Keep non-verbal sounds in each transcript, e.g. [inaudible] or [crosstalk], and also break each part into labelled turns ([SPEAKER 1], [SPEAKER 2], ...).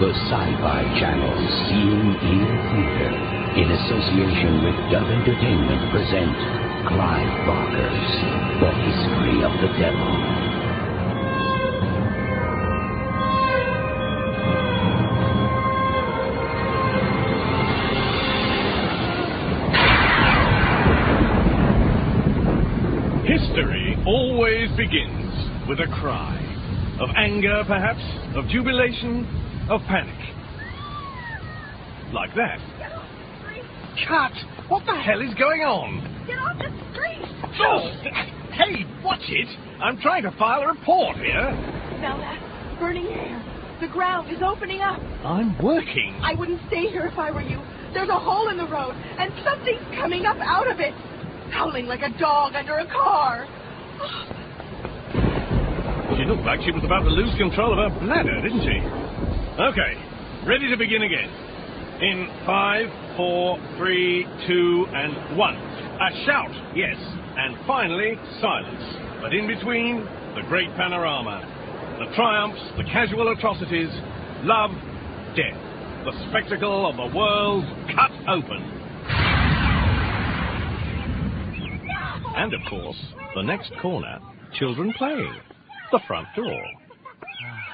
[SPEAKER 1] The Sci-Fi Channel Seeing Ear Theater, in association with Dove Entertainment, present Clive Barker's The History of the Devil.
[SPEAKER 2] History always begins with a cry of anger, perhaps, of jubilation, of panic. Like that.
[SPEAKER 3] Get off the street!
[SPEAKER 2] Cut! What the hell is going on?
[SPEAKER 3] Get off the street!
[SPEAKER 2] Oh, hey, watch it! I'm trying to file a report here.
[SPEAKER 3] Smell that burning air. The ground is opening up.
[SPEAKER 2] I'm working.
[SPEAKER 3] I wouldn't stay here if I were you. There's a hole in the road, and something's coming up out of it, howling like a dog under a car.
[SPEAKER 2] She looked like she was about to lose control of her bladder, didn't she? Okay, ready to begin again. In five, four, three, two, and one. A shout, yes, and finally silence. But in between, the great panorama, the triumphs, the casual atrocities, love, death, the spectacle of the world cut open. And of course, the next corner, children playing. The front door.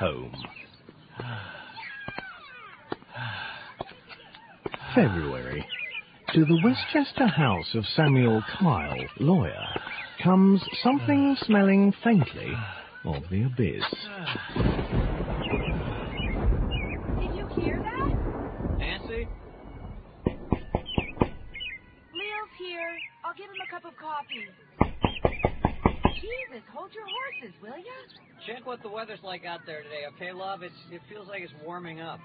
[SPEAKER 2] Home.
[SPEAKER 4] February. To the Westchester house of Samuel Kyle, lawyer, comes something smelling faintly of the abyss.
[SPEAKER 3] Did you hear that?
[SPEAKER 5] Nancy?
[SPEAKER 3] Leo's here. I'll give him a cup of coffee. Jesus, hold your horses, will you?
[SPEAKER 5] Check what the weather's like out there today, okay, love? It's, it feels like it's warming up.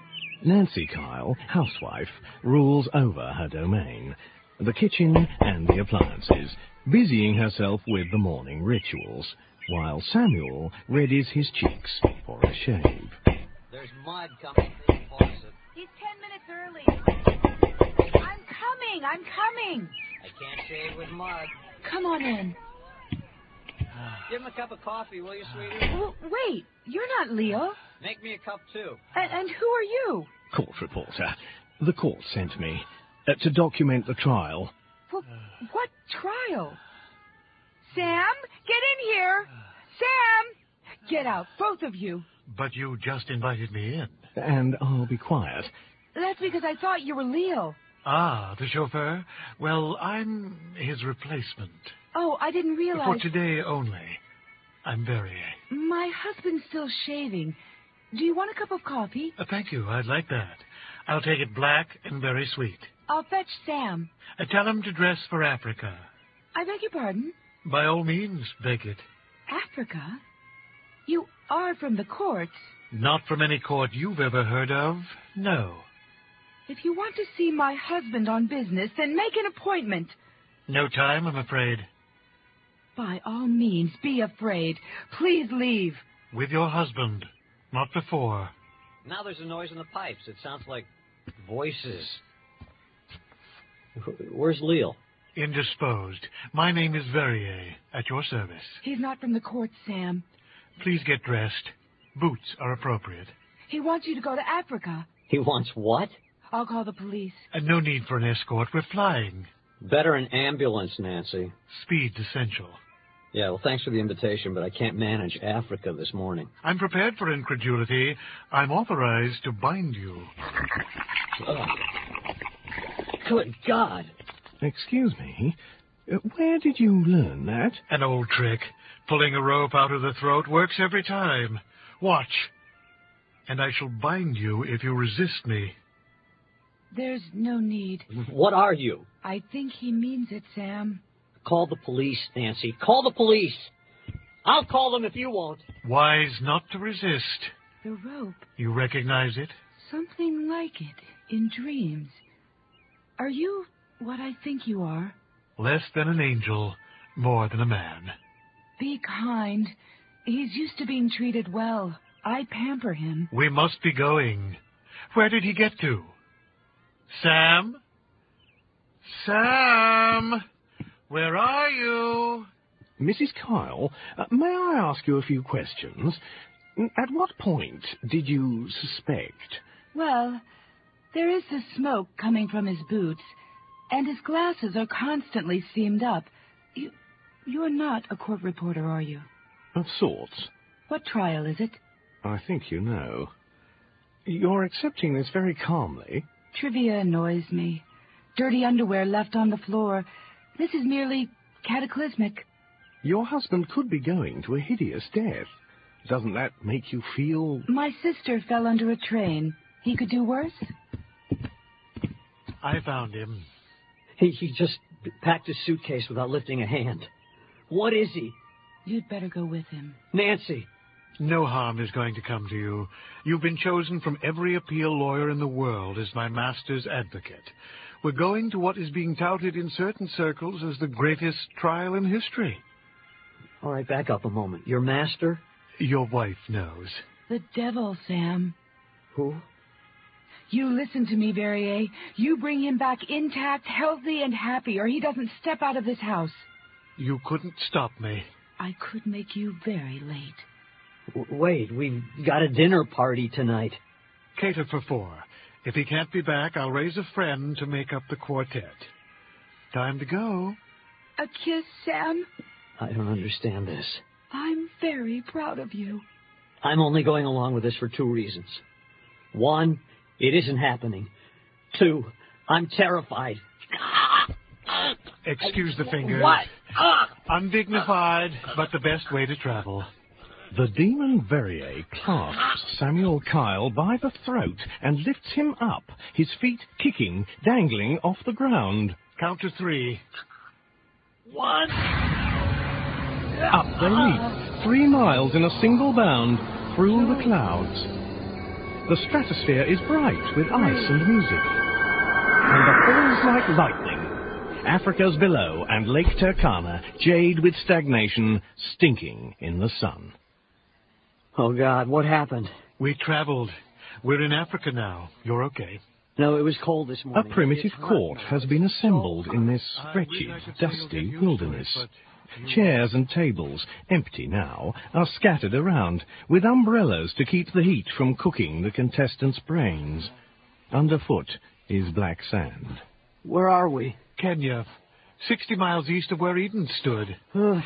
[SPEAKER 4] Nancy Kyle, housewife, rules over her domain, the kitchen and the appliances, busying herself with the morning rituals, while Samuel readies his cheeks for a shave.
[SPEAKER 5] There's mud coming through the faucet.
[SPEAKER 3] He's ten minutes early. I'm coming. I'm coming.
[SPEAKER 5] I can't shave with [sighs] mud.
[SPEAKER 3] Come on in.
[SPEAKER 5] Give him a cup of coffee, will you, sweetie?
[SPEAKER 3] Well, Oh, wait. You're not Leo.
[SPEAKER 5] Make me a cup, too.
[SPEAKER 3] And, and who are you?
[SPEAKER 4] Court reporter. The court sent me uh, to document the trial.
[SPEAKER 3] Well, what trial? Sam, get in here. Sam, get out, both of you.
[SPEAKER 6] But you just invited me in.
[SPEAKER 4] And I'll be quiet.
[SPEAKER 3] That's because I thought you were Leo.
[SPEAKER 6] Ah, the chauffeur? Well, I'm his replacement.
[SPEAKER 3] Oh, I didn't
[SPEAKER 6] For
[SPEAKER 3] realize.
[SPEAKER 6] today oh. only. I'm very.
[SPEAKER 3] My husband's still shaving. Do you want a cup of coffee?
[SPEAKER 6] Uh, thank you, I'd like that. I'll take it black and very sweet.
[SPEAKER 3] I'll fetch Sam.
[SPEAKER 6] Uh, tell him to dress for Africa.
[SPEAKER 3] I beg your pardon?
[SPEAKER 6] By all means, beg it.
[SPEAKER 3] Africa? You are from the courts.
[SPEAKER 6] Not from any court you've ever heard of. No.
[SPEAKER 3] If you want to see my husband on business, then make an appointment.
[SPEAKER 6] No time, I'm afraid.
[SPEAKER 3] By all means, be afraid. Please leave.
[SPEAKER 6] With your husband. Not before.
[SPEAKER 5] Now there's a noise in the pipes. It sounds like voices. Wh- Where's Leal?
[SPEAKER 6] Indisposed. My name is Verrier, at your service.
[SPEAKER 3] He's not from the courts, Sam.
[SPEAKER 6] Please get dressed. Boots are appropriate.
[SPEAKER 3] He wants you to go to Africa.
[SPEAKER 5] He wants what?
[SPEAKER 3] I'll call the police.
[SPEAKER 6] And Uh, no need for an escort. We're flying.
[SPEAKER 5] Better an ambulance, Nancy.
[SPEAKER 6] Speed's essential.
[SPEAKER 5] Yeah, well, thanks for the invitation, but I can't manage Africa this morning.
[SPEAKER 6] I'm prepared for incredulity. I'm authorized to bind you.
[SPEAKER 5] Good God!
[SPEAKER 4] Excuse me. Uh, Where did you learn that?
[SPEAKER 6] An old trick. Pulling a rope out of the throat works every time. Watch. And I shall bind you if you resist me.
[SPEAKER 3] There's no need.
[SPEAKER 5] What are you?
[SPEAKER 3] I think he means it, Sam.
[SPEAKER 5] Call the police, Nancy. Call the police! I'll call them if you won't.
[SPEAKER 6] Wise not to resist.
[SPEAKER 3] The rope,
[SPEAKER 6] You recognize it?
[SPEAKER 3] something like it, in dreams. Are you what I think you are?
[SPEAKER 6] Less than an angel, more than a man.
[SPEAKER 3] Be kind. He's used to being treated well. I pamper him.
[SPEAKER 6] We must be going. Where did he get to? Sam? Sam? Where are you?
[SPEAKER 4] Mrs. Kyle, uh, may I Mm, ask you a few questions? At what point did you suspect
[SPEAKER 3] Well, there is the smoke coming from his boots, and his glasses are constantly seamed up. You, you're not a court reporter, are you?
[SPEAKER 4] Of sorts.
[SPEAKER 3] What trial is it?
[SPEAKER 4] I think you know. You're accepting this very calmly.
[SPEAKER 3] Trivia annoys me. Dirty underwear left on the floor. This is merely cataclysmic.
[SPEAKER 4] Your husband could be going to a hideous death. Doesn't that make you feel.
[SPEAKER 3] My sister fell under a train. He could do worse?
[SPEAKER 6] I found him.
[SPEAKER 5] He, he just packed his suitcase without lifting a hand. What is he?
[SPEAKER 3] You'd better go with him.
[SPEAKER 5] Nancy,
[SPEAKER 6] No harm is going to come to you. You've been chosen from every appeal lawyer in the world as my master's advocate. We're going to what is being touted in certain circles as the greatest trial in history.
[SPEAKER 5] all right, back up a moment. Your master?
[SPEAKER 6] Your wife knows.
[SPEAKER 3] The devil, Sam.
[SPEAKER 5] Who?
[SPEAKER 3] You listen to me, Verrier. You bring him back intact, healthy, and happy, or he doesn't step out of this house.
[SPEAKER 6] You couldn't stop me.
[SPEAKER 3] I could make you very late.
[SPEAKER 5] W- wait, we've got a dinner party tonight.
[SPEAKER 6] Cater for four. If he can't be back, I'll raise a friend to make up the quartet. Time to go.
[SPEAKER 3] A kiss, Sam?
[SPEAKER 5] I don't understand this.
[SPEAKER 3] I'm very proud of you.
[SPEAKER 5] I'm only going along with this for two reasons. One, it isn't happening. Two, I'm terrified. [sighs]
[SPEAKER 6] Excuse the fingers.
[SPEAKER 5] What?
[SPEAKER 6] Undignified, but the best way to travel.
[SPEAKER 4] The demon Verrier clasps Samuel Kyle by the throat and lifts him up, his feet kicking, dangling off the ground.
[SPEAKER 6] Count to three.
[SPEAKER 5] What?
[SPEAKER 4] Up they leap, three miles in a single bound, through the clouds. The stratosphere is bright with ice and music. And the falls like lightning. Africa's below and Lake Turkana, jade with stagnation, stinking in the sun.
[SPEAKER 5] Oh, God, what happened?
[SPEAKER 6] We traveled. We're in Africa now. You're okay.
[SPEAKER 5] No, it was cold this
[SPEAKER 4] A
[SPEAKER 5] morning.
[SPEAKER 4] primitive
[SPEAKER 5] It's hot.
[SPEAKER 4] court has been assembled in this wretched, dusty wilderness. Chairs and tables, empty now, are scattered around, with umbrellas to keep the heat from cooking the contestants' brains. Underfoot is black sand.
[SPEAKER 5] Where are we?
[SPEAKER 6] Kenya, 60 miles east of where Eden stood.
[SPEAKER 5] Ugh,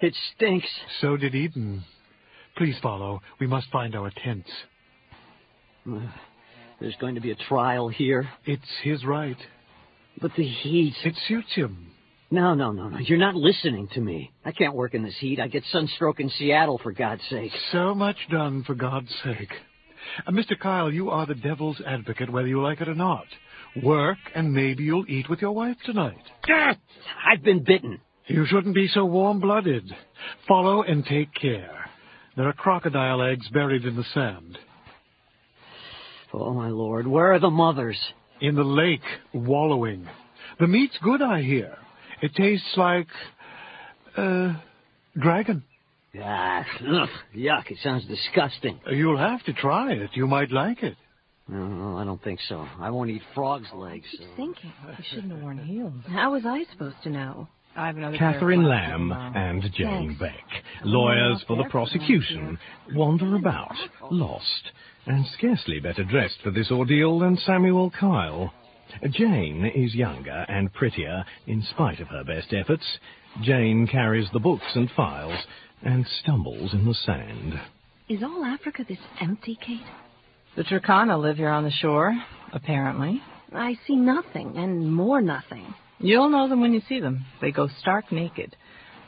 [SPEAKER 5] it stinks.
[SPEAKER 6] So did Eden. Please follow. We must find our tents.
[SPEAKER 5] There's going to be a trial here.
[SPEAKER 6] It's his right.
[SPEAKER 5] But the heat.
[SPEAKER 6] It suits him.
[SPEAKER 5] No, no, no, no. You're not listening to me. I can't work in this heat. I get sunstroke in Seattle, for God's sake.
[SPEAKER 6] So much done, for God's sake. Uh, Mr. Kyle, you are the devil's advocate, whether you like it or not. Work, and maybe you'll eat with your wife tonight.
[SPEAKER 5] Ah, I've been bitten.
[SPEAKER 6] You shouldn't be so warm-blooded. Follow and take care. There are crocodile eggs buried in the sand.
[SPEAKER 5] Oh, my Lord. Where are the mothers?
[SPEAKER 6] In the lake, wallowing. The meat's good, I hear. It tastes like, uh, dragon.
[SPEAKER 5] Ah, ugh, yuck. It sounds disgusting.
[SPEAKER 6] You'll have to try it. You might like it.
[SPEAKER 5] No, no, I don't think so. I won't eat frog's legs. so-
[SPEAKER 4] [laughs]
[SPEAKER 7] Thinking. You shouldn't have worn heels. How was I supposed to know?
[SPEAKER 3] I have another.
[SPEAKER 4] Catherine Lamb and Jane Beck, lawyers for the prosecution, wander about, lost, and scarcely better dressed for this ordeal than Samuel Kyle. Jane is younger and prettier, in spite of her best efforts. Jane carries the books and files and stumbles in the sand.
[SPEAKER 7] Is all Africa this empty, Kate?
[SPEAKER 8] The Turkana live here on the shore, apparently.
[SPEAKER 7] I see nothing and more nothing.
[SPEAKER 8] You'll know them when you see them. They go stark naked.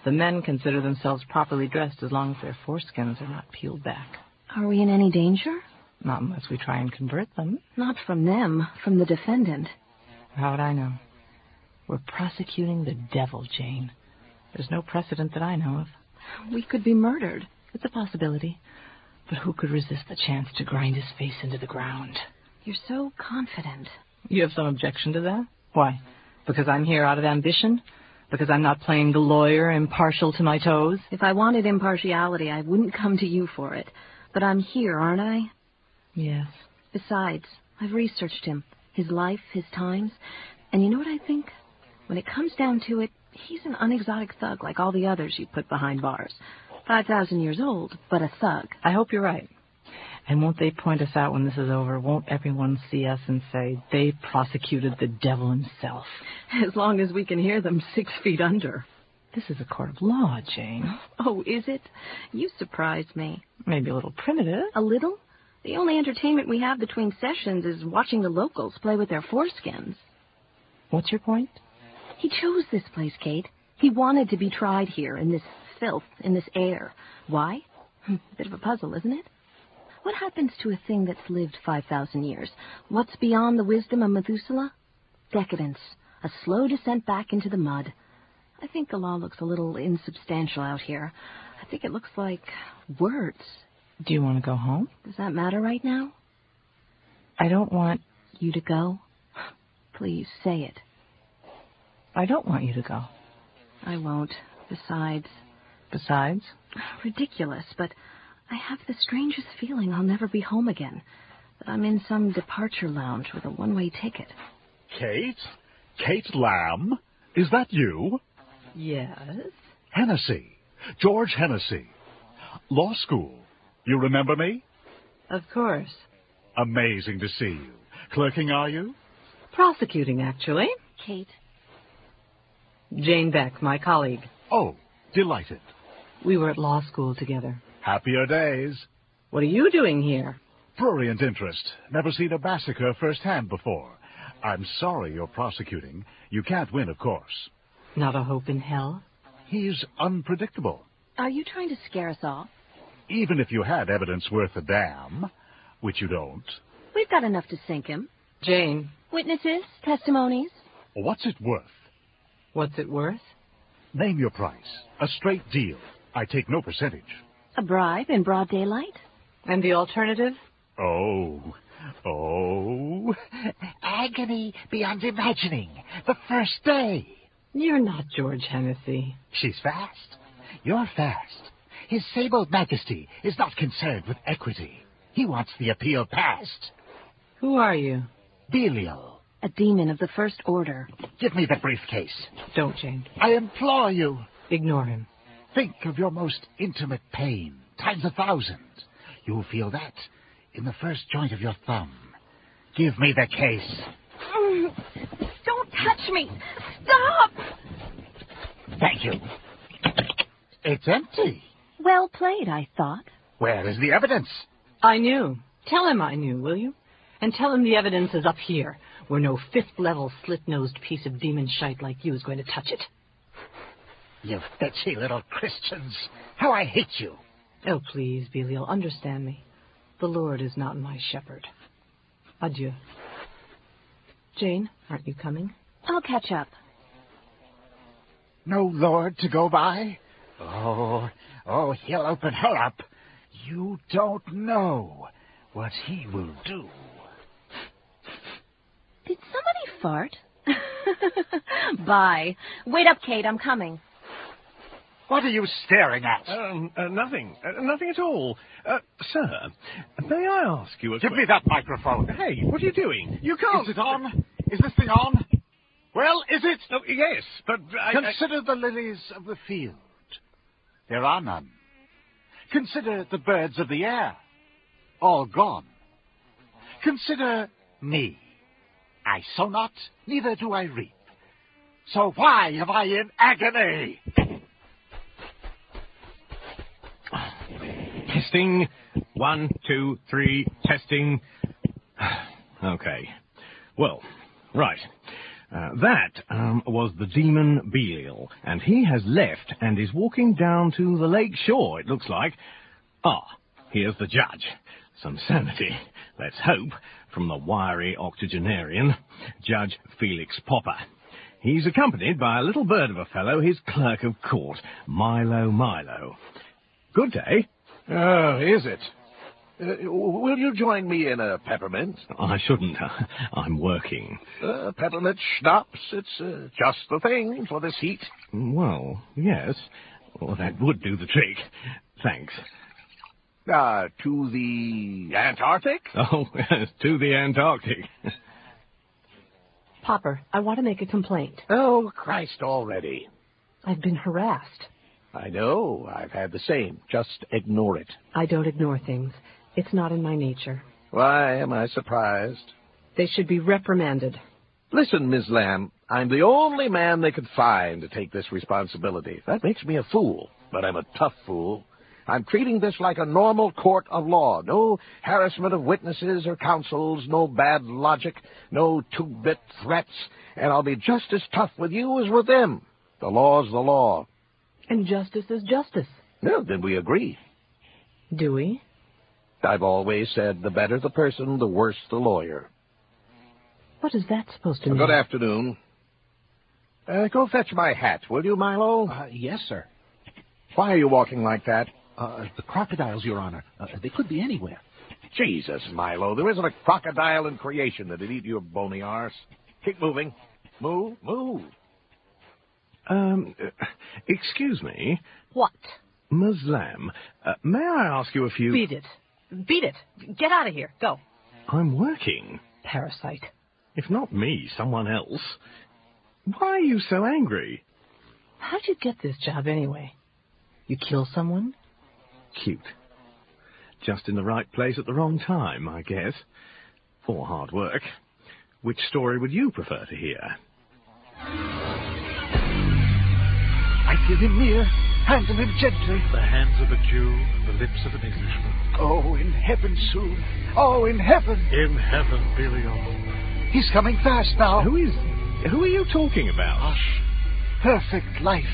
[SPEAKER 8] The men consider themselves properly dressed as long as their foreskins are not peeled back.
[SPEAKER 7] Are we in any danger?
[SPEAKER 8] Not unless we try and convert them.
[SPEAKER 7] Not from them, from the defendant.
[SPEAKER 8] How would I know? We're prosecuting the devil, Jane. There's no precedent that I know of.
[SPEAKER 7] We could be murdered.
[SPEAKER 8] It's a possibility. But who could resist the chance to grind his face into the ground?
[SPEAKER 7] You're so confident.
[SPEAKER 8] You have some objection to that? Why? Because I'm here out of ambition? Because I'm not playing the lawyer impartial to my toes?
[SPEAKER 7] If I wanted impartiality, I wouldn't come to you for it. But I'm here, aren't I?
[SPEAKER 8] Yes.
[SPEAKER 7] Besides, I've researched him, his life, his times, and you know what I think? When it comes down to it, he's an unexotic thug like all the others you put behind bars. 5,000 years old, but a thug. [laughs]
[SPEAKER 8] I hope you're right. And won't they point us out when this is over? Won't everyone see us and say, they prosecuted the devil himself?
[SPEAKER 9] As long as we can hear them six feet under.
[SPEAKER 8] This is a court of law, Jane.
[SPEAKER 9] Oh, is it? You surprised me.
[SPEAKER 8] Maybe a little primitive.
[SPEAKER 9] A little? The only entertainment we have between sessions is watching the locals play with their foreskins.
[SPEAKER 8] What's your point?
[SPEAKER 9] He chose this place, Kate. He wanted to be tried here, in this filth, in this air. Why? Bit of a puzzle, isn't it? What happens to a thing that's lived 5,000 years? What's beyond the wisdom of Methuselah? Decadence, a slow descent back into the mud. I think the law looks a little insubstantial out here. I think it looks like words.
[SPEAKER 8] Do you want to go home?
[SPEAKER 9] Does that matter right now?
[SPEAKER 8] I don't want.
[SPEAKER 9] You to go? Please say it.
[SPEAKER 8] I don't want you to go.
[SPEAKER 9] I won't. Besides,
[SPEAKER 8] Besides,
[SPEAKER 9] ridiculous, but I have the strangest feeling I'll never be home again. That I'm in some departure lounge with a one way ticket.
[SPEAKER 10] Kate? Kate Lamb? Is that you?
[SPEAKER 8] yes.
[SPEAKER 10] Hennessy. George Hennessy. Law school. You remember me?
[SPEAKER 8] Of course.
[SPEAKER 10] Amazing to see you. Clerking, are you?
[SPEAKER 8] Prosecuting, actually.
[SPEAKER 9] Kate,
[SPEAKER 8] Jane Beck, my colleague.
[SPEAKER 10] Oh, delighted.
[SPEAKER 8] We were at law school together.
[SPEAKER 10] Happier days.
[SPEAKER 8] What are you doing here?
[SPEAKER 10] Prurient interest. Never seen a massacre firsthand before. I'm sorry you're prosecuting. You can't win, of course.
[SPEAKER 8] Not a hope in hell.
[SPEAKER 10] He's unpredictable.
[SPEAKER 9] are you trying to scare us off?
[SPEAKER 10] Even if you had evidence worth a damn, which you don't,
[SPEAKER 9] We've got enough to sink him.
[SPEAKER 8] Jane,
[SPEAKER 9] Witnesses, testimonies.
[SPEAKER 10] what's it worth?
[SPEAKER 8] what's it worth?
[SPEAKER 10] Name your price. A straight deal. I take no percentage.
[SPEAKER 9] A bribe in broad daylight?
[SPEAKER 8] And the alternative?
[SPEAKER 10] Oh. Oh. Agony beyond imagining. The first day.
[SPEAKER 8] You're not George Hennessy.
[SPEAKER 10] She's fast. You're fast. His sable majesty is not concerned with equity. He wants the appeal passed.
[SPEAKER 8] Who are you?
[SPEAKER 10] Belial,
[SPEAKER 9] A demon of the first order.
[SPEAKER 10] give me the briefcase.
[SPEAKER 8] Don't, Jane.
[SPEAKER 10] I implore you.
[SPEAKER 8] Ignore him.
[SPEAKER 10] Think of your most intimate pain, times a thousand. You'll feel that in the first joint of your thumb. Give me the case.
[SPEAKER 9] Don't touch me! Stop!
[SPEAKER 10] Thank you. It's empty.
[SPEAKER 9] Well played, I thought.
[SPEAKER 10] Where is the evidence?
[SPEAKER 8] I knew. Tell him I knew, will you? And tell him the evidence is up here, where no fifth level slit nosed piece of demon shite like you is going to touch it.
[SPEAKER 10] You fetchy little Christians. How I hate you.
[SPEAKER 8] Oh, please, Belial, understand me. The Lord is not my shepherd. Adieu. Jane, aren't you coming?
[SPEAKER 9] I'll catch up.
[SPEAKER 10] No lord to go by? Oh, oh, he'll open her up. You don't know what he will do.
[SPEAKER 9] Did somebody fart? [laughs] Bye. Wait up, Kate. I'm coming.
[SPEAKER 10] What are you staring at?
[SPEAKER 11] Um, uh, nothing. Uh, nothing at all. Uh, sir, may I ask you a
[SPEAKER 10] Give me
[SPEAKER 11] question?
[SPEAKER 10] that microphone.
[SPEAKER 11] Hey, what are you doing? You can't.
[SPEAKER 10] Is it on? Is this thing on? Well, is it?
[SPEAKER 11] Oh, yes, but I, I-
[SPEAKER 10] Consider the lilies of the field. There are none. Consider the birds of the air. All gone. Consider me. I sow not, neither do I reap. So why am I in agony?
[SPEAKER 11] Testing. One, two, three.
[SPEAKER 4] [sighs]
[SPEAKER 11] Testing. okay.
[SPEAKER 4] Well, right. Uh, that um, was the demon Belial, and he has left and is walking down to the lake shore, it looks like. Ah, here's the judge. Some sanity, let's hope, from the wiry octogenarian, Judge Felix Popper. He's accompanied by a little bird of a fellow, his clerk of court, Milo Milo. Good day.
[SPEAKER 12] Oh, is it? Uh, will you join me in a peppermint?
[SPEAKER 4] I shouldn't. Uh, I'm working.
[SPEAKER 12] Uh, peppermint schnapps. It's uh, just the thing for this heat.
[SPEAKER 4] Well, yes. Well, that would do the trick. Thanks.
[SPEAKER 12] Uh, to the Antarctic?
[SPEAKER 4] Oh, [laughs] to the Antarctic. [laughs]
[SPEAKER 13] Popper, I want to make a complaint.
[SPEAKER 12] Oh, Christ already.
[SPEAKER 13] I've been harassed.
[SPEAKER 12] I know. I've had the same. Just ignore it.
[SPEAKER 13] I don't ignore things.
[SPEAKER 8] It's not in my nature.
[SPEAKER 10] Why am I surprised?
[SPEAKER 8] They should be reprimanded.
[SPEAKER 10] Listen, Miss Lamb, I'm the only man they could find to take this responsibility. That makes me a fool, but I'm a tough fool. I'm treating this like a normal court of law. No harassment of witnesses or counsels, no bad logic, no two-bit threats, and I'll be just as tough with you as with them. The law's the law.
[SPEAKER 8] And justice is justice.
[SPEAKER 10] Well, then we agree.
[SPEAKER 8] Do we?
[SPEAKER 10] I've always said the better the person, the worse the lawyer.
[SPEAKER 8] What is that supposed to mean?
[SPEAKER 10] Good afternoon. Uh, go fetch my hat, will you, Milo?
[SPEAKER 14] Uh, yes, sir.
[SPEAKER 10] Why are you walking like that?
[SPEAKER 14] Uh, the crocodiles, Your Honor. Uh, they could be anywhere.
[SPEAKER 10] Jesus, Milo, there isn't a crocodile in creation that'd eat your bony arse. Keep moving. Move, move.
[SPEAKER 4] Um, uh, excuse me,
[SPEAKER 15] What?
[SPEAKER 4] Ms. Lamb, uh, may I ask you a few...
[SPEAKER 15] Beat it. Beat it. Get out of here. Go.
[SPEAKER 4] I'm working.
[SPEAKER 8] Parasite.
[SPEAKER 4] If not me, someone else. Why are you so angry?
[SPEAKER 8] How'd you get this job anyway? You kill someone?
[SPEAKER 4] Cute. Just in the right place at the wrong time, I guess. Or hard work. Which story would you prefer to hear?
[SPEAKER 16] I feel him near. Handle him gently.
[SPEAKER 6] The hands of a Jew and the lips of an Englishman.
[SPEAKER 16] Oh, in heaven soon. Oh, in heaven.
[SPEAKER 6] In heaven, Billy
[SPEAKER 16] He's coming fast now.
[SPEAKER 4] Who is. Who are you talking about?
[SPEAKER 16] Perfect life.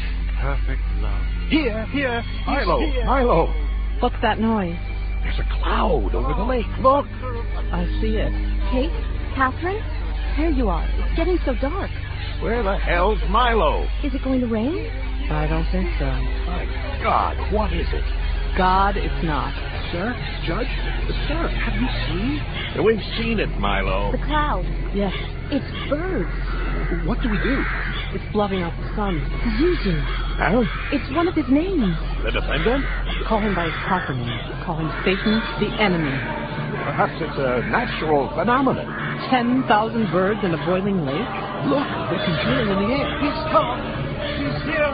[SPEAKER 6] Perfect love.
[SPEAKER 16] Here, here. He's
[SPEAKER 10] Milo,
[SPEAKER 16] here.
[SPEAKER 10] Milo.
[SPEAKER 8] What's that noise?
[SPEAKER 10] There's a cloud over the lake. Look.
[SPEAKER 8] I see it.
[SPEAKER 9] Kate? Catherine? There you are. It's getting so dark.
[SPEAKER 10] Where the hell's Milo?
[SPEAKER 9] Is it going to rain?
[SPEAKER 8] I don't think so.
[SPEAKER 10] My God, what is it?
[SPEAKER 8] God, it's not.
[SPEAKER 10] Sir, Judge, sir, have you seen? We've seen it, Milo.
[SPEAKER 9] The cloud.
[SPEAKER 8] Yes,
[SPEAKER 9] It's birds.
[SPEAKER 10] What do we do?
[SPEAKER 8] it's bluffing out the sun.
[SPEAKER 9] Zuzu.
[SPEAKER 10] Huh?
[SPEAKER 9] It's one of his names.
[SPEAKER 10] The defendant?
[SPEAKER 8] Call him by his proper name. Call him Satan, the enemy.
[SPEAKER 10] Perhaps it's a natural phenomenon.
[SPEAKER 8] Ten thousand birds in a boiling lake?
[SPEAKER 10] Look, they're congealing in the air. He's come. He's here.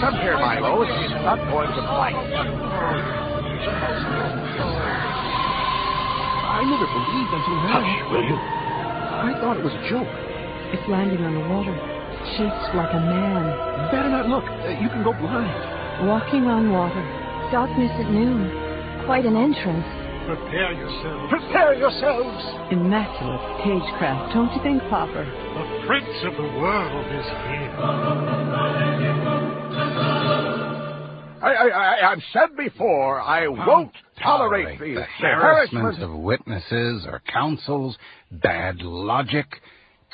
[SPEAKER 10] Come here, Milo. She's not going to flight. I never believed until now. Hush, will you? I thought it was a joke.
[SPEAKER 8] It's landing on the water, shaped like a man,
[SPEAKER 10] Better not look. Uh, You can go blind.
[SPEAKER 8] walking on water.
[SPEAKER 9] Darkness at noon. Quite an entrance.
[SPEAKER 6] Prepare yourself.
[SPEAKER 16] Prepare yourselves.
[SPEAKER 8] Immaculate cagecraft, don't you think, Popper?
[SPEAKER 6] The prince of the world is here.
[SPEAKER 10] I, I, I, I've said before, I won't tolerate these
[SPEAKER 17] the harassment of witnesses or counsels, bad logic,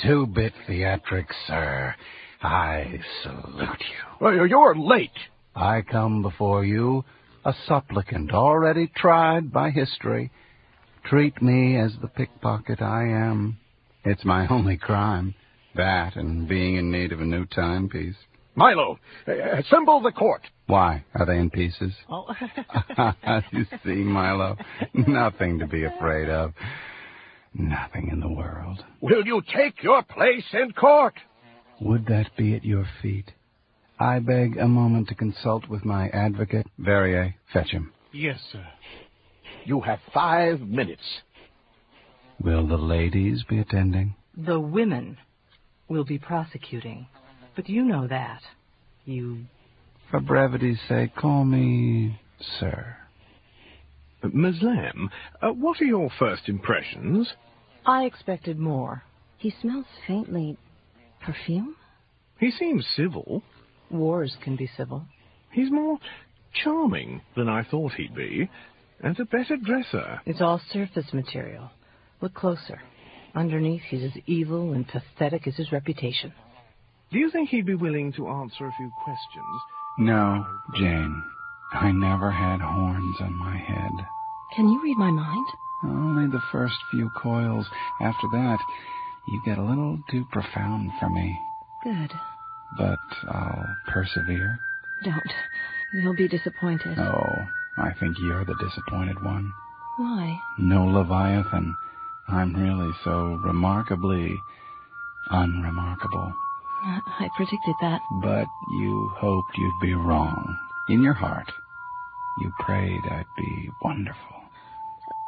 [SPEAKER 17] two-bit theatrics, sir. I salute you.
[SPEAKER 10] Well, you're- you're late.
[SPEAKER 17] I come before you, a supplicant already tried by history. Treat me as the pickpocket I am. It's my only crime, that and being in need of a new timepiece.
[SPEAKER 10] Milo, uh, assemble the court.
[SPEAKER 17] Why? Are they in pieces? [laughs]
[SPEAKER 18] Oh.
[SPEAKER 17] you see, Milo, nothing to be afraid of. Nothing in the world.
[SPEAKER 10] [laughs] Will you take your place in court?
[SPEAKER 17] Would that be at your feet? I beg a moment to consult with my advocate. Verrier, fetch him.
[SPEAKER 6] Yes, sir.
[SPEAKER 10] You have five minutes.
[SPEAKER 17] Will the ladies be attending?
[SPEAKER 8] The women will be prosecuting. But you know that. You.
[SPEAKER 17] For brevity's sake, call me sir.
[SPEAKER 4] Ms. Lamb, uh, what are your first impressions?
[SPEAKER 8] I expected more.
[SPEAKER 9] He smells faintly. Perfume?
[SPEAKER 4] He seems civil.
[SPEAKER 8] Wars can be civil.
[SPEAKER 4] He's more charming than I thought he'd be, and a better dresser.
[SPEAKER 8] It's all surface material. Look closer. Underneath, he's as evil and pathetic as his reputation.
[SPEAKER 4] Do you think he'd be willing to answer a few questions?
[SPEAKER 17] No, Jane. I never had horns on my head.
[SPEAKER 9] Can you read my mind?
[SPEAKER 17] Only the first few coils. After that, you get a little too profound for me.
[SPEAKER 9] Good.
[SPEAKER 17] But I'll persevere.
[SPEAKER 9] Don't. You'll be disappointed.
[SPEAKER 17] Oh, I think you're the disappointed one.
[SPEAKER 9] Why?
[SPEAKER 17] No Leviathan. I'm really so remarkably unremarkable.
[SPEAKER 9] I I predicted that.
[SPEAKER 17] But you hoped you'd be wrong. In your heart, you prayed I'd be wonderful.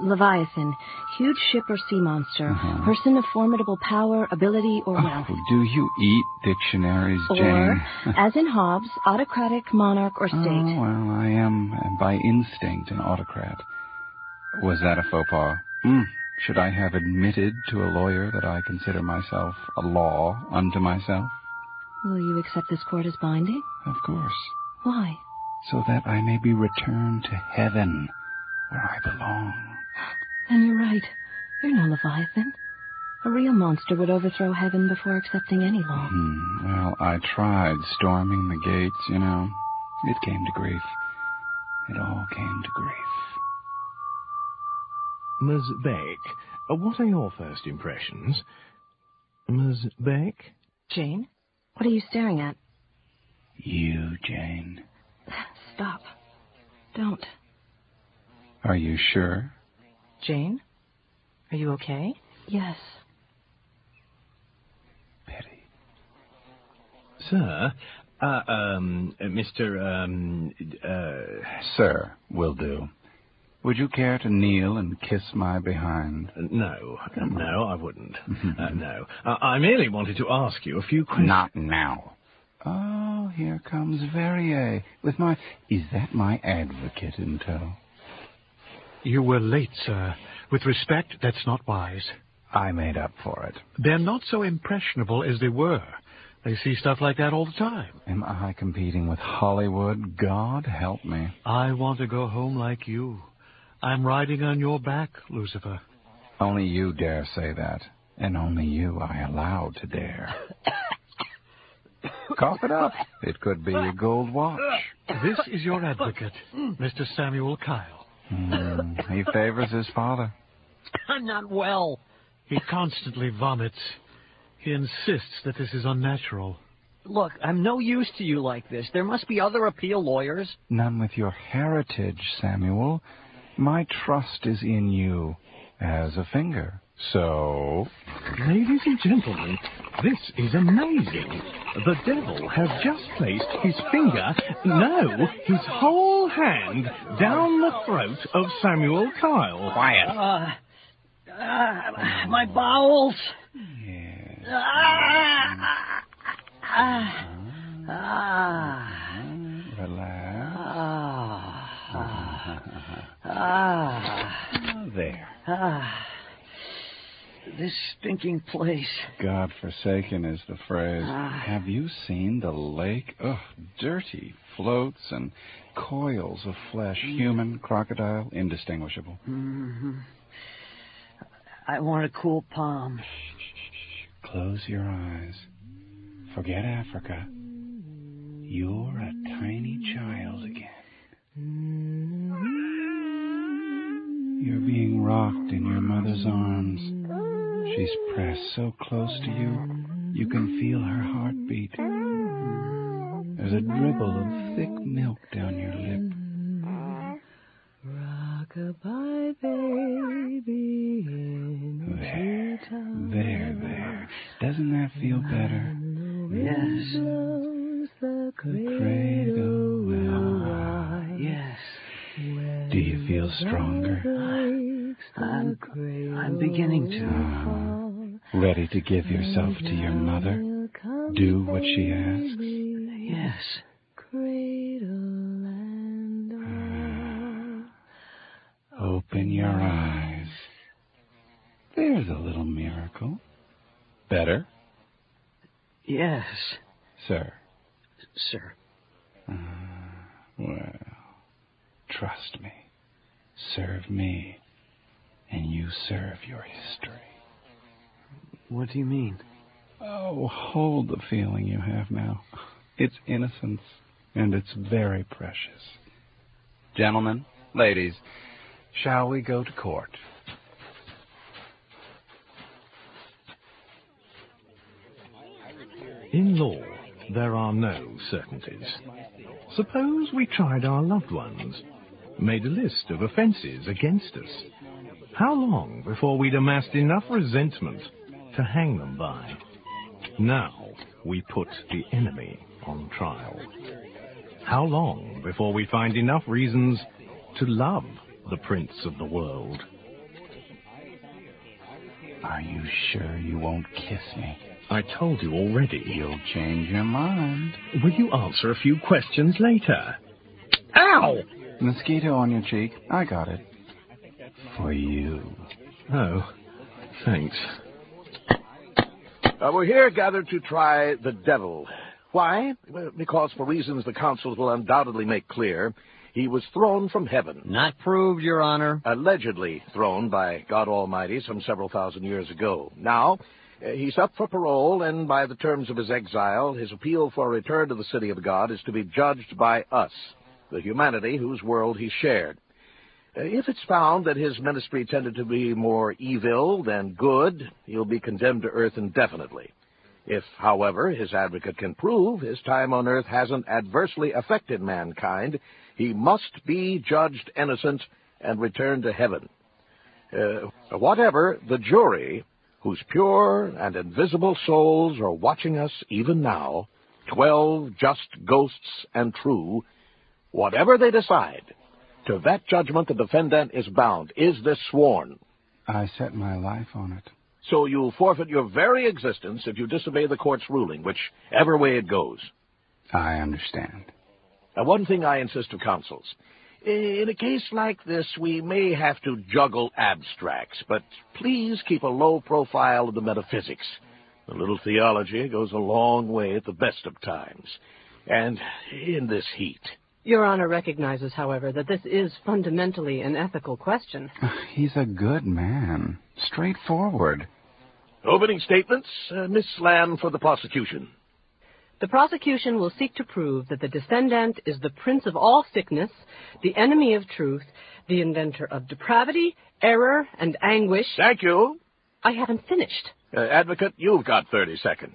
[SPEAKER 7] Leviathan, huge ship or sea monster,
[SPEAKER 17] Uh-huh.
[SPEAKER 7] person of formidable power, ability, or wealth.
[SPEAKER 17] Do you eat dictionaries, Jane?
[SPEAKER 7] Or,
[SPEAKER 17] [laughs]
[SPEAKER 7] as in Hobbes, autocratic, monarch, or state.
[SPEAKER 17] Oh, well, I am uh, by instinct an autocrat. Was that a faux pas? Mm. Should I have admitted to a lawyer that I consider myself a law unto myself?
[SPEAKER 7] Will you accept this court as binding?
[SPEAKER 17] Of course.
[SPEAKER 7] Why?
[SPEAKER 17] So that I may be returned to heaven, where I belong.
[SPEAKER 7] Then you're right. You're no Leviathan. A real monster would overthrow heaven before accepting any law.
[SPEAKER 17] Hmm. Well, I tried storming the gates, you know. It came to grief. It all came to grief.
[SPEAKER 4] Ms. Beck, uh, what are your first impressions? Ms. Beck?
[SPEAKER 7] Jane? What are you staring at?
[SPEAKER 17] You, Jane.
[SPEAKER 7] Stop. Don't.
[SPEAKER 17] Are you sure?
[SPEAKER 19] Jane? Are you okay?
[SPEAKER 7] Yes.
[SPEAKER 4] Sir? Uh, um, uh, Mr. Um, uh,
[SPEAKER 17] Sir, will do. Would you care to kneel and kiss my behind?
[SPEAKER 4] Uh, No, no, I wouldn't.
[SPEAKER 17] [laughs]
[SPEAKER 4] Uh, no. Uh, I merely wanted to ask you a few questions.
[SPEAKER 17] Not now. Oh, here comes Verrier with my. Is that my advocate in tow?
[SPEAKER 6] You were late, sir. With respect, that's not wise.
[SPEAKER 17] I made up for it.
[SPEAKER 6] They're not so impressionable as they were. They see stuff like that all the time.
[SPEAKER 17] Am I competing with Hollywood? God help me.
[SPEAKER 6] I want to go home like you. I'm riding on your back, Lucifer.
[SPEAKER 17] Only you dare say that, and only you I allow
[SPEAKER 5] [coughs]
[SPEAKER 17] to dare. Cough it up. It could be a gold watch.
[SPEAKER 6] This
[SPEAKER 16] [laughs]
[SPEAKER 6] is your advocate, Mr. Samuel Kyle.
[SPEAKER 17] Hmm, he favors his father.
[SPEAKER 5] I'm not well.
[SPEAKER 6] He constantly vomits. He insists that this is unnatural.
[SPEAKER 5] Look, I'm no use to you like this. There must be other appeal lawyers.
[SPEAKER 17] None with your heritage, Samuel. My trust is in you as a finger. So,
[SPEAKER 4] Ladies and gentlemen, this is amazing. The devil has just placed his finger, no, his whole hand, down the throat of Samuel Kyle. Quiet.
[SPEAKER 5] Uh, uh, my bowels. Ah, ah, ah,
[SPEAKER 17] relax. Mm-hmm.
[SPEAKER 5] ah,
[SPEAKER 17] There.
[SPEAKER 5] ah. This stinking place.
[SPEAKER 17] God-forsaken is the phrase.
[SPEAKER 5] Ah.
[SPEAKER 17] Have you seen the lake? Ugh, dirty floats and coils of flesh. Human, crocodile, indistinguishable.
[SPEAKER 5] Mhm. I want a cool palm.
[SPEAKER 17] Close your eyes. Forget Africa. You're a tiny child again. You're being rocked in your mother's arms. She's pressed so close to you, you can feel her heartbeat. There's a dribble of thick milk down your lip.
[SPEAKER 19] Rockabye baby in
[SPEAKER 17] There, there, there. Doesn't that feel better?
[SPEAKER 5] Yes.
[SPEAKER 19] the
[SPEAKER 17] Cradle will rise.
[SPEAKER 5] Yes.
[SPEAKER 17] Do you feel stronger?
[SPEAKER 5] I'm, I'm beginning to.
[SPEAKER 17] Ready to give yourself to your mother? Do what she asks?
[SPEAKER 5] Yes.
[SPEAKER 9] Ah,
[SPEAKER 17] Open your eyes. There's a little miracle. Better?
[SPEAKER 5] Yes,
[SPEAKER 17] Sir. Ah,
[SPEAKER 5] sir.
[SPEAKER 17] Well, trust me. Serve me. And you serve your history.
[SPEAKER 5] What do you mean?
[SPEAKER 17] Oh, hold the feeling you have now. It's innocence, and it's very precious. Gentlemen, ladies, shall we go to court?
[SPEAKER 4] In law, there are no certainties. Suppose we tried our loved ones, made a list of offences against us. How long before we'd amassed enough resentment to hang them by? Now we put the enemy on trial. How long before we find enough reasons to love the Prince of the World?
[SPEAKER 17] Are you sure you won't kiss me? I told you already. You'll change your mind. Will you answer a few questions later? Ow! Mosquito on your cheek. I got it. For you.
[SPEAKER 4] Oh, thanks.
[SPEAKER 10] Uh, we're here gathered to try the devil. Why? Well, Because, for reasons the council will undoubtedly make clear, he was thrown from heaven.
[SPEAKER 20] Not proved, Your Honor.
[SPEAKER 10] Allegedly thrown by God Almighty some several thousand years ago. Now, uh, he's up for parole, and by the terms of his exile, his appeal for return to the city of God is to be judged by us, the humanity whose world he shared. Uh, If it's found that his ministry tended to be more evil than good, he'll be condemned to earth indefinitely. If, however, his advocate can prove his time on earth hasn't adversely affected mankind, he must be judged innocent and returned to heaven. Uh, whatever the jury, whose pure and invisible souls are watching us even now, twelve just ghosts and true, whatever they decide, to that judgment the defendant is bound. Is this sworn?
[SPEAKER 17] I set my life on it.
[SPEAKER 10] So you'll forfeit your very existence if you disobey the court's ruling, whichever way it goes.
[SPEAKER 17] I understand.
[SPEAKER 10] Now, one thing I insist of counsels. In a case like this, we may have to juggle abstracts, but please keep a low profile of the metaphysics. A little theology goes a long way at the best of times. And in this heat.
[SPEAKER 8] Your Honor recognizes, however, that this is fundamentally an ethical question.
[SPEAKER 17] [sighs] He's a good man. Straightforward.
[SPEAKER 10] Opening statements, uh, Miss Lamb for the prosecution.
[SPEAKER 8] The prosecution will seek to prove that the defendant is the prince of all sickness, the enemy of truth, the inventor of depravity, error, and anguish.
[SPEAKER 10] Thank you.
[SPEAKER 8] I haven't finished.
[SPEAKER 10] Uh, advocate, you've got 30 seconds.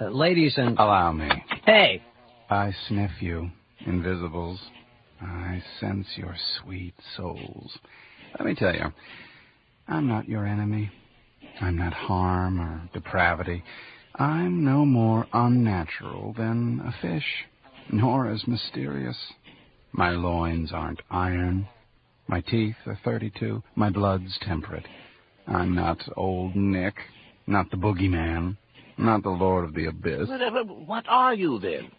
[SPEAKER 20] Uh, ladies and.
[SPEAKER 17] Allow me.
[SPEAKER 20] Hey!
[SPEAKER 17] I sniff you, invisibles. I sense your sweet souls. Let me tell you, I'm not your enemy. I'm not harm or depravity. I'm no more unnatural than a fish, nor as mysterious. My loins aren't iron. My teeth are 32. My blood's temperate. I'm not old Nick, not the boogeyman, not the lord of the abyss.
[SPEAKER 10] But, uh, but What are you then?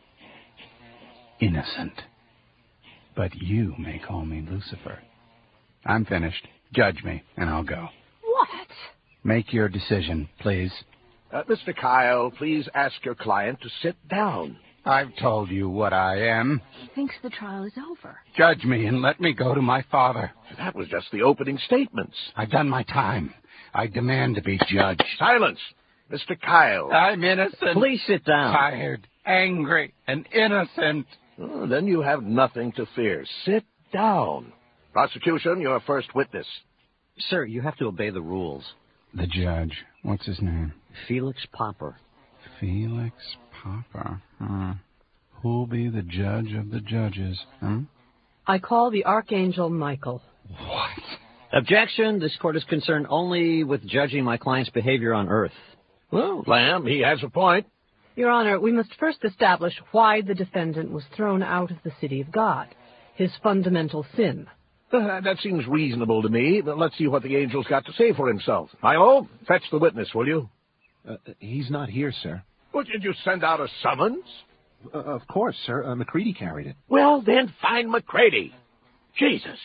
[SPEAKER 17] innocent. But you may call me Lucifer. I'm finished. Judge me, and I'll go.
[SPEAKER 8] What?
[SPEAKER 17] Make your decision, please.
[SPEAKER 10] Uh, Mr. Kyle, please ask your client to sit down.
[SPEAKER 17] I've told you what I am.
[SPEAKER 7] He thinks the trial is over.
[SPEAKER 17] Judge me and let me go to my father.
[SPEAKER 10] That was just the opening statements.
[SPEAKER 17] I've done my time. I demand to be judged.
[SPEAKER 10] Silence! Mr. Kyle.
[SPEAKER 17] I'm innocent.
[SPEAKER 20] Please sit down.
[SPEAKER 17] Tired, angry, and innocent.
[SPEAKER 10] Oh, then you have nothing to fear. Sit down. Prosecution, your first witness.
[SPEAKER 20] Sir, you have to obey the rules.
[SPEAKER 17] The judge. What's his name?
[SPEAKER 20] Felix Popper.
[SPEAKER 17] Felix Popper. Huh. Who'll be the judge of the judges? Huh?
[SPEAKER 8] I call the Archangel Michael.
[SPEAKER 20] Objection. This court is concerned only with judging my client's behavior on Earth.
[SPEAKER 10] Well, Lamb, he has a point.
[SPEAKER 8] Your Honor, we must first establish why the defendant was thrown out of the city of God, his fundamental sin.
[SPEAKER 10] Uh, that seems reasonable to me, but let's see what the angel's got to say for himself. Milo, fetch the witness, will you?
[SPEAKER 21] Uh, he's not here, sir.
[SPEAKER 10] Well, did you send out a summons?
[SPEAKER 21] Uh, of course, sir. Uh, McCready carried it.
[SPEAKER 10] Well, then find McCready. Jesus.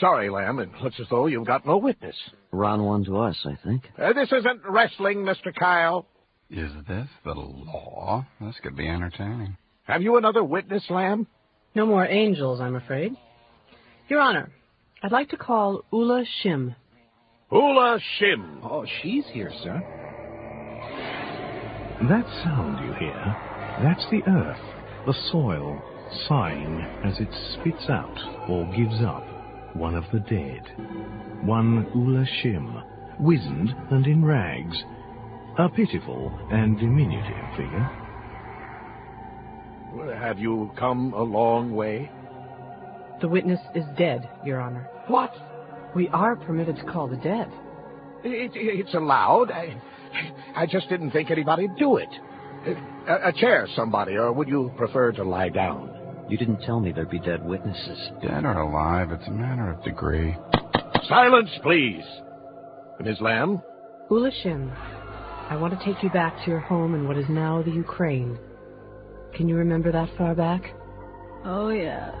[SPEAKER 10] Sorry, Lamb, it looks as though you've got no witness.
[SPEAKER 20] Round one to us, I think.
[SPEAKER 10] Uh, this isn't wrestling, Mr. Kyle.
[SPEAKER 17] Is this the law? This could be entertaining.
[SPEAKER 10] Have you another witness, Lamb?
[SPEAKER 8] No more angels, I'm afraid. Your Honor, I'd like to call Ula Shim.
[SPEAKER 10] Ula Shim.
[SPEAKER 21] Oh, she's here, sir.
[SPEAKER 4] That sound you hear, that's the earth, the soil, sighing as it spits out or gives up one of the dead. One Ula Shim, wizened and in rags, a pitiful and diminutive figure.
[SPEAKER 10] Well, Have you come a long way?
[SPEAKER 8] The witness is dead, Your Honor.
[SPEAKER 10] What?
[SPEAKER 8] We are permitted to call the dead.
[SPEAKER 10] It, it's allowed. I, I just didn't think anybody'd do it. A, a chair, somebody, or would you prefer to lie down?
[SPEAKER 20] You didn't tell me there'd be dead witnesses.
[SPEAKER 17] Dead or alive, it's a matter of degree.
[SPEAKER 10] Silence, please. Miss Lamb,
[SPEAKER 19] Ulashin, I want to take you back to your home in what is now the Ukraine. Can you remember that far back?
[SPEAKER 22] Oh, yes.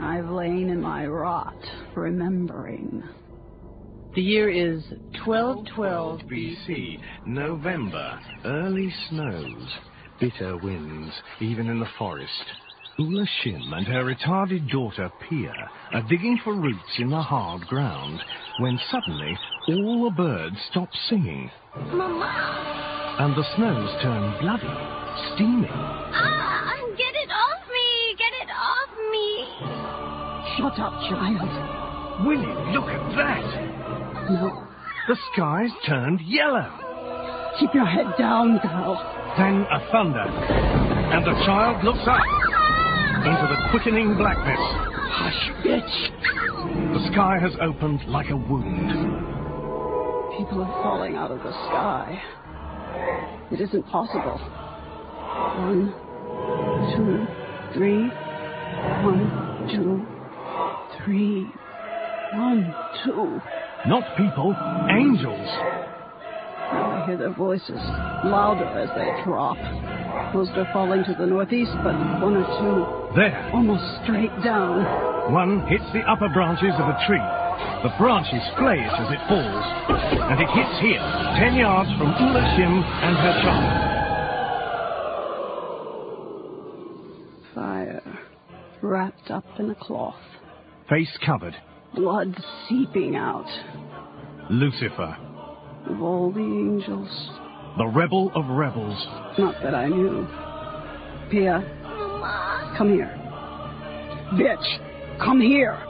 [SPEAKER 22] I've lain in my rot, remembering.
[SPEAKER 19] The year is
[SPEAKER 22] 1212.
[SPEAKER 4] BC, November, early snows, bitter winds, even in the forest. Ula Shim and her retarded daughter Pia are digging for roots in the hard ground when suddenly all the birds stop singing and the snows turn bloody, steaming.
[SPEAKER 9] Ah, get it off me! Get it off me!
[SPEAKER 22] Shut up, child.
[SPEAKER 4] Willie, look at that!
[SPEAKER 22] No.
[SPEAKER 4] The sky's turned yellow.
[SPEAKER 22] Keep your head down, girl.
[SPEAKER 4] Then a thunder, and the child looks up into the quickening blackness. Hush, bitch! The sky has opened like a wound.
[SPEAKER 22] People are falling out of the sky. It isn't possible. One, two, three. One, two, three. One, two.
[SPEAKER 4] Not people, angels.
[SPEAKER 22] I hear their voices, louder as they drop. Most are falling to the northeast, but one or two
[SPEAKER 4] There,
[SPEAKER 22] almost straight down.
[SPEAKER 4] one hits the upper branches of a tree. The branches flail as it falls, and it hits here, ten yards from Ula Shim and her child.
[SPEAKER 22] Fire wrapped up in a cloth,
[SPEAKER 4] Face covered,
[SPEAKER 22] blood seeping out
[SPEAKER 4] Lucifer,
[SPEAKER 22] of all the angels.
[SPEAKER 4] the rebel of rebels.
[SPEAKER 22] Not that I knew. Pia, come here. Bitch, come here.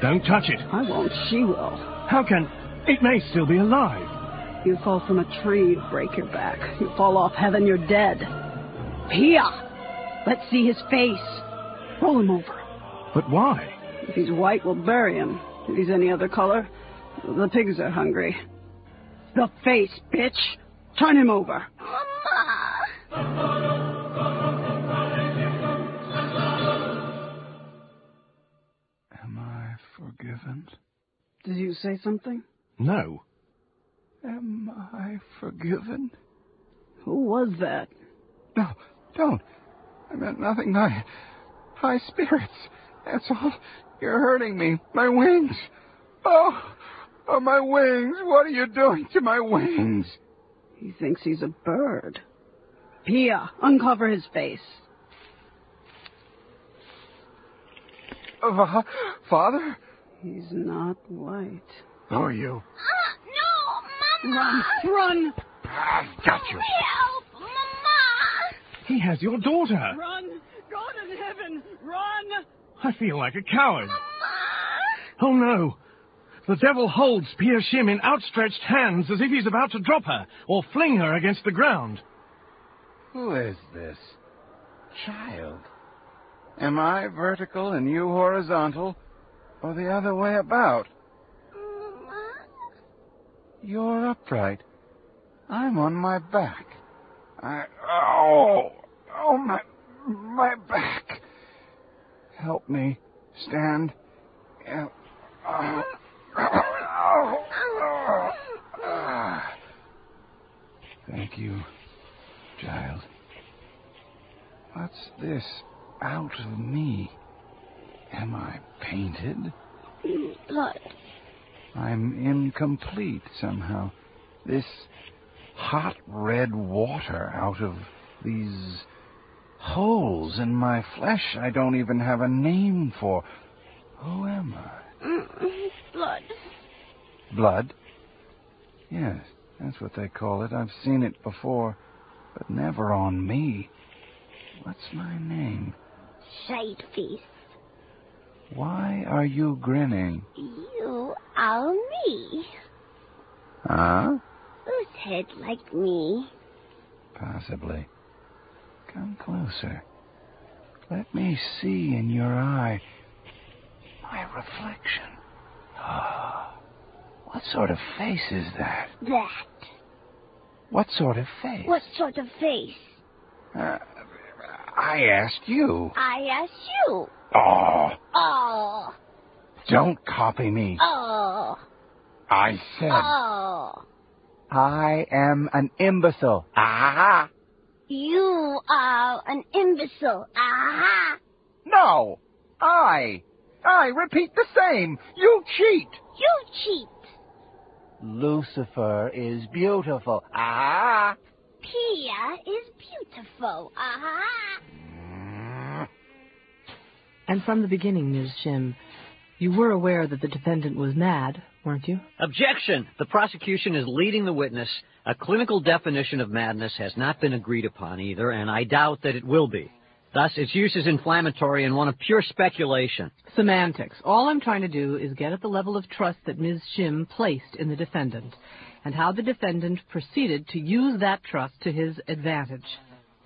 [SPEAKER 4] Don't touch it.
[SPEAKER 22] I won't, she will.
[SPEAKER 4] How can. It may still be alive.
[SPEAKER 22] You fall from a tree, you break your back. You fall off heaven, you're dead. Pia, let's see his face. Roll him over.
[SPEAKER 4] But why?
[SPEAKER 22] If he's white, we'll bury him. If he's any other color, the pigs are hungry. The face, bitch. Turn him over.
[SPEAKER 6] Am I forgiven?
[SPEAKER 22] Did you say something?
[SPEAKER 4] No.
[SPEAKER 6] Am I forgiven?
[SPEAKER 22] Who was that?
[SPEAKER 6] No, don't. I meant nothing by high spirits. That's all. You're hurting me. My wings. Oh, oh, my wings. What are you doing to my wings?
[SPEAKER 22] He thinks he's a bird. Pia, uncover his face.
[SPEAKER 6] Va- Father?
[SPEAKER 22] He's not white.
[SPEAKER 6] Who are you? [laughs]
[SPEAKER 9] Ah,
[SPEAKER 22] Run, run!
[SPEAKER 6] I've got you.
[SPEAKER 4] He has your daughter.
[SPEAKER 22] Run! God in heaven, run!
[SPEAKER 4] I feel like a coward. Oh no! The devil holds Pierre Shim in outstretched hands as if he's about to drop her or fling her against the ground.
[SPEAKER 17] Who is this? Child. Am I vertical and you horizontal? Or the other way about? You're upright. I'm on my back. I. Oh! Oh, my. My back! Help me. Stand. Yeah. Oh. Oh. Oh. Ah. Thank you, child. What's this out of me? Am I painted?
[SPEAKER 9] Blood.
[SPEAKER 17] I'm incomplete somehow. This hot red water out of these holes in my flesh I don't even have a name for. Who am I?
[SPEAKER 9] Mm, Blood.
[SPEAKER 17] Blood? Yes, that's what they call it. I've seen it before, but never on me. What's my name?
[SPEAKER 9] Shade face.
[SPEAKER 17] Why are you grinning?
[SPEAKER 9] You are me.
[SPEAKER 17] Huh?
[SPEAKER 9] Who's head like me?
[SPEAKER 17] Possibly. Come closer. Let me see in your eye my reflection. Ah, what sort of face is that?
[SPEAKER 9] That.
[SPEAKER 17] What sort of face?
[SPEAKER 9] What sort of face?
[SPEAKER 17] Uh, I asked you.
[SPEAKER 9] I ask you.
[SPEAKER 17] Oh,
[SPEAKER 9] Oh.
[SPEAKER 17] don't copy me.
[SPEAKER 9] Oh.
[SPEAKER 17] I said.
[SPEAKER 9] Oh.
[SPEAKER 17] I am an imbecile. Ah!
[SPEAKER 9] You are an imbecile. Aha!
[SPEAKER 17] No! I! I repeat the same! You cheat!
[SPEAKER 9] You cheat.
[SPEAKER 17] Lucifer is beautiful. Ah!
[SPEAKER 9] Pia is beautiful. Aha!
[SPEAKER 17] [laughs]
[SPEAKER 19] And from the beginning, Ms. Shim, you were aware that the defendant was mad, weren't you?
[SPEAKER 20] Objection! The prosecution is leading the witness. A clinical definition of madness has not been agreed upon either, and I doubt that it will be. Thus, its use is inflammatory and one of pure speculation.
[SPEAKER 19] Semantics. All I'm trying to do is get at the level of trust that Ms. Shim placed in the defendant and how the defendant proceeded to use that trust to his advantage.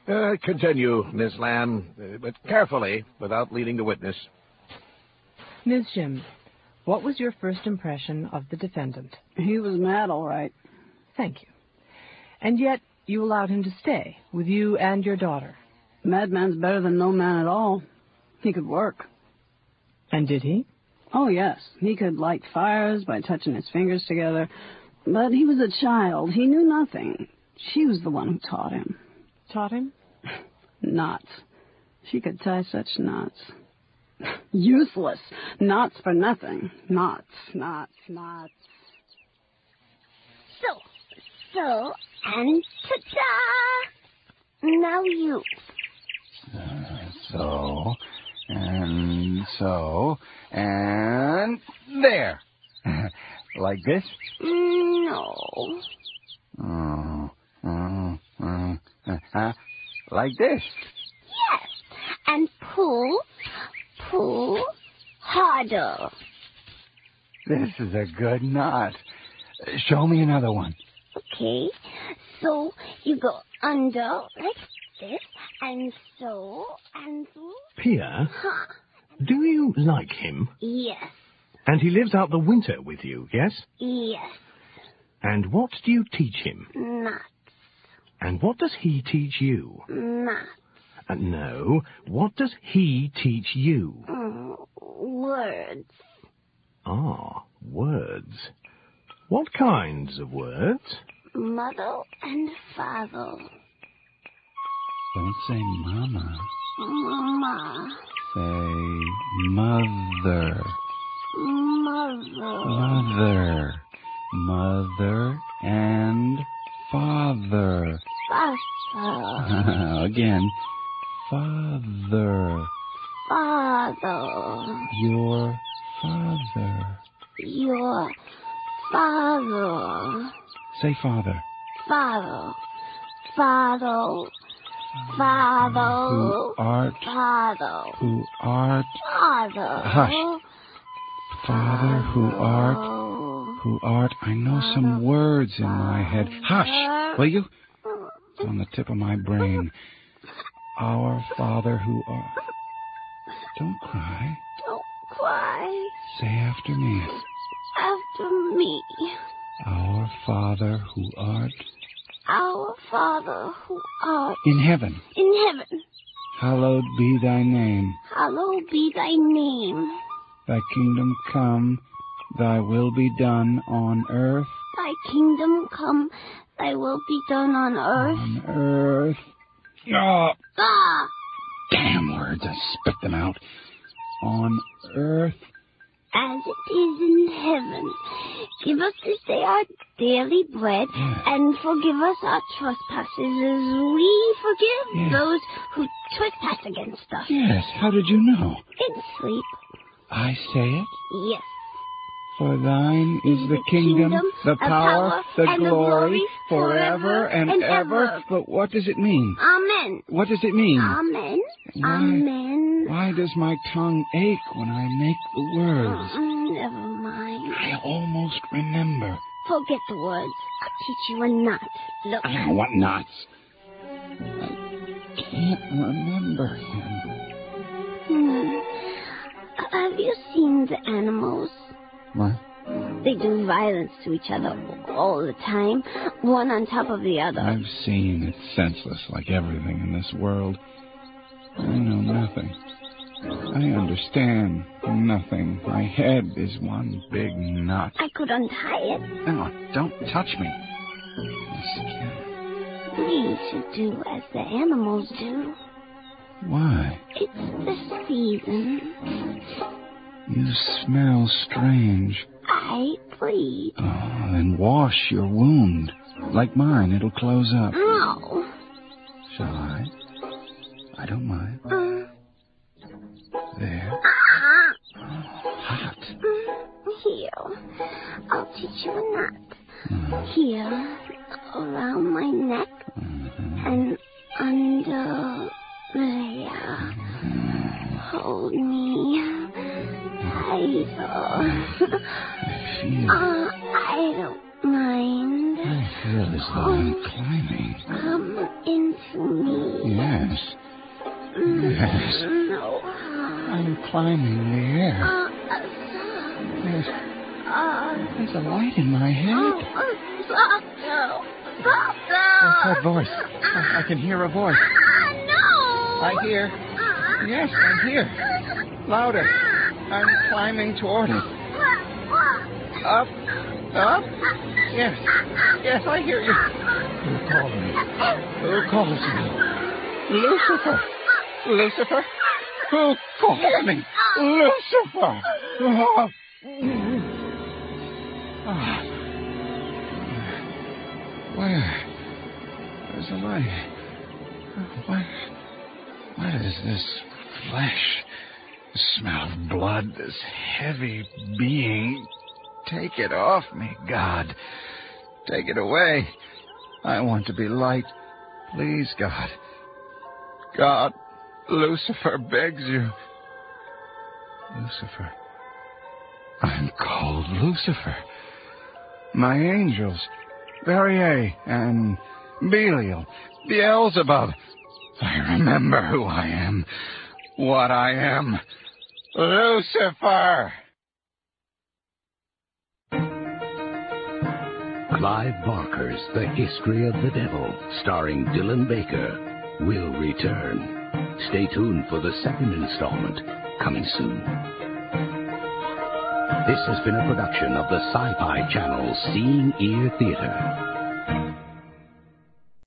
[SPEAKER 10] Uh, continue, Miss Lamb, uh, but carefully, without leading the witness.
[SPEAKER 19] Ms. Shim, what was your first impression of the defendant?
[SPEAKER 22] He was mad, all right.
[SPEAKER 19] Thank you. And yet, you allowed him to stay with you and your daughter.
[SPEAKER 22] Madman's better than no man at all. He could work.
[SPEAKER 19] And did he?
[SPEAKER 22] Oh, yes. He could light fires by touching his fingers together. But he was a child. He knew nothing. She was the one who taught him.
[SPEAKER 19] Taught him?
[SPEAKER 22] Knots. She could tie such knots. Useless. Knots for nothing. Knots, knots, knots.
[SPEAKER 9] So, so, and ta-da! Now you.
[SPEAKER 17] So, and so, and there. like this?
[SPEAKER 9] No.
[SPEAKER 17] Oh, oh, oh, uh, uh, like this.
[SPEAKER 9] Yes. And pull, pull harder.
[SPEAKER 17] This is a good knot. Show me another one.
[SPEAKER 9] Okay. So you go under like this, and so, and so.
[SPEAKER 4] Pia,
[SPEAKER 9] Huh.
[SPEAKER 4] do you like him?
[SPEAKER 9] Yes,
[SPEAKER 4] And he lives out the winter with you, yes?
[SPEAKER 9] yes,
[SPEAKER 4] And what do you teach him?
[SPEAKER 9] not,
[SPEAKER 4] And what does he teach you?
[SPEAKER 9] not.
[SPEAKER 4] Uh, no, what does he teach you?
[SPEAKER 9] Mm, words.
[SPEAKER 4] Ah, words. What kinds of words?
[SPEAKER 9] Mother and father.
[SPEAKER 17] Don't say mama.
[SPEAKER 9] Mama.
[SPEAKER 17] Say mother.
[SPEAKER 9] Mother.
[SPEAKER 17] Mother. Mother and father. [laughs]
[SPEAKER 9] Father.
[SPEAKER 17] Again. Father.
[SPEAKER 9] Father.
[SPEAKER 17] Your father.
[SPEAKER 9] Your father.
[SPEAKER 17] Say father.
[SPEAKER 9] Father. Father. Father.
[SPEAKER 17] Who art,
[SPEAKER 9] Father.
[SPEAKER 17] who art,
[SPEAKER 9] Father.
[SPEAKER 17] Hush. father, who art,
[SPEAKER 9] Oh.
[SPEAKER 17] who art. I know some words in my head. Hush, will you? It's on the tip of my brain. Our father who art. Don't cry.
[SPEAKER 9] Don't cry
[SPEAKER 17] Say after me.
[SPEAKER 9] after me.
[SPEAKER 17] Our father who art
[SPEAKER 9] Our Father who art
[SPEAKER 17] in heaven,
[SPEAKER 9] in heaven,
[SPEAKER 17] hallowed be thy name.
[SPEAKER 9] hallowed be thy name.
[SPEAKER 17] Thy kingdom come, thy will be done on earth,
[SPEAKER 9] Thy kingdom come, thy will be done on earth.
[SPEAKER 17] on earth. Ah,
[SPEAKER 9] Ah!
[SPEAKER 17] damn words, I spit them out. On earth
[SPEAKER 9] as it is in heaven. Give us this day our daily bread,
[SPEAKER 17] Mm.
[SPEAKER 9] and forgive us our trespasses as we forgive
[SPEAKER 17] Yes.
[SPEAKER 9] those who trespass against us.
[SPEAKER 17] Yes, how did you know?
[SPEAKER 9] In sleep,
[SPEAKER 17] I say it.
[SPEAKER 9] yes.
[SPEAKER 17] For thine is the kingdom,
[SPEAKER 9] kingdom,
[SPEAKER 17] the
[SPEAKER 9] the
[SPEAKER 17] power,
[SPEAKER 9] power,
[SPEAKER 17] the
[SPEAKER 9] and the
[SPEAKER 17] glory,
[SPEAKER 9] glory,
[SPEAKER 17] forever
[SPEAKER 9] forever
[SPEAKER 17] and
[SPEAKER 9] and
[SPEAKER 17] ever.
[SPEAKER 9] ever.
[SPEAKER 17] But what does it mean?
[SPEAKER 9] Amen.
[SPEAKER 17] What does it mean?
[SPEAKER 9] Amen.
[SPEAKER 17] Why-
[SPEAKER 9] Amen.
[SPEAKER 17] Why does my tongue ache when I make the words?
[SPEAKER 9] Mm, Never mind.
[SPEAKER 17] I almost remember.
[SPEAKER 9] Forget the words. I'll teach you a knot. Look.
[SPEAKER 17] Ah, what knots? I can't remember him.
[SPEAKER 9] Hmm. Uh, Have you seen the animals?
[SPEAKER 17] What?
[SPEAKER 9] They do violence to each other all the time, one on top of the other.
[SPEAKER 17] I've seen it's senseless like everything in this world. I know nothing. I understand nothing. My head is one big knot.
[SPEAKER 9] I could untie it.
[SPEAKER 17] Now, don't touch me.
[SPEAKER 9] We should do as the animals do.
[SPEAKER 17] Why?
[SPEAKER 9] It's the season.
[SPEAKER 17] You smell strange.
[SPEAKER 9] I bleed.
[SPEAKER 17] Oh, then wash your wound. Like mine, it'll close up.
[SPEAKER 9] Ow.
[SPEAKER 17] Shall I? I don't mind.
[SPEAKER 9] Uh,
[SPEAKER 17] There.
[SPEAKER 9] Ah. Hot. Here. I'll teach you a knot. Here, around my neck, and under there. Hold me. Tighter. uh, I don't mind.
[SPEAKER 17] I feel as though I'm climbing.
[SPEAKER 9] Come into me.
[SPEAKER 17] Yes. Yes.
[SPEAKER 9] No.
[SPEAKER 17] I'm climbing the air.
[SPEAKER 9] Uh, uh,
[SPEAKER 17] There's,
[SPEAKER 9] uh,
[SPEAKER 17] there's a light in my head.
[SPEAKER 9] uh, stop now. Stop
[SPEAKER 17] What's
[SPEAKER 9] now.
[SPEAKER 17] that voice? I, I can hear a [laughs] voice.
[SPEAKER 9] Ah, no. Ah.
[SPEAKER 17] I hear. Yes, I hear. Louder. I'm climbing toward it. Up. Up. Yes. Yes, I hear you. Who called me? Who calls me? Lucifer. Lucifer. Who called me? Lucifer. Oh. Ah. Where? There's a light. What? What is this flesh? The smell of blood, this heavy being. Take it off me, God. Take it away. I want to be light. Please, God. God, Lucifer begs you. Lucifer. I'm called Lucifer. My angels, Verrier and Belial, Beelzebub. I remember who I am, what I am. Lucifer!
[SPEAKER 1] Clive Barker's The History of the Devil, starring Dylan Baker, will return. Stay tuned for the second installment, coming soon. This has been a production of the Sci Fi Channel's Seeing Ear Theater.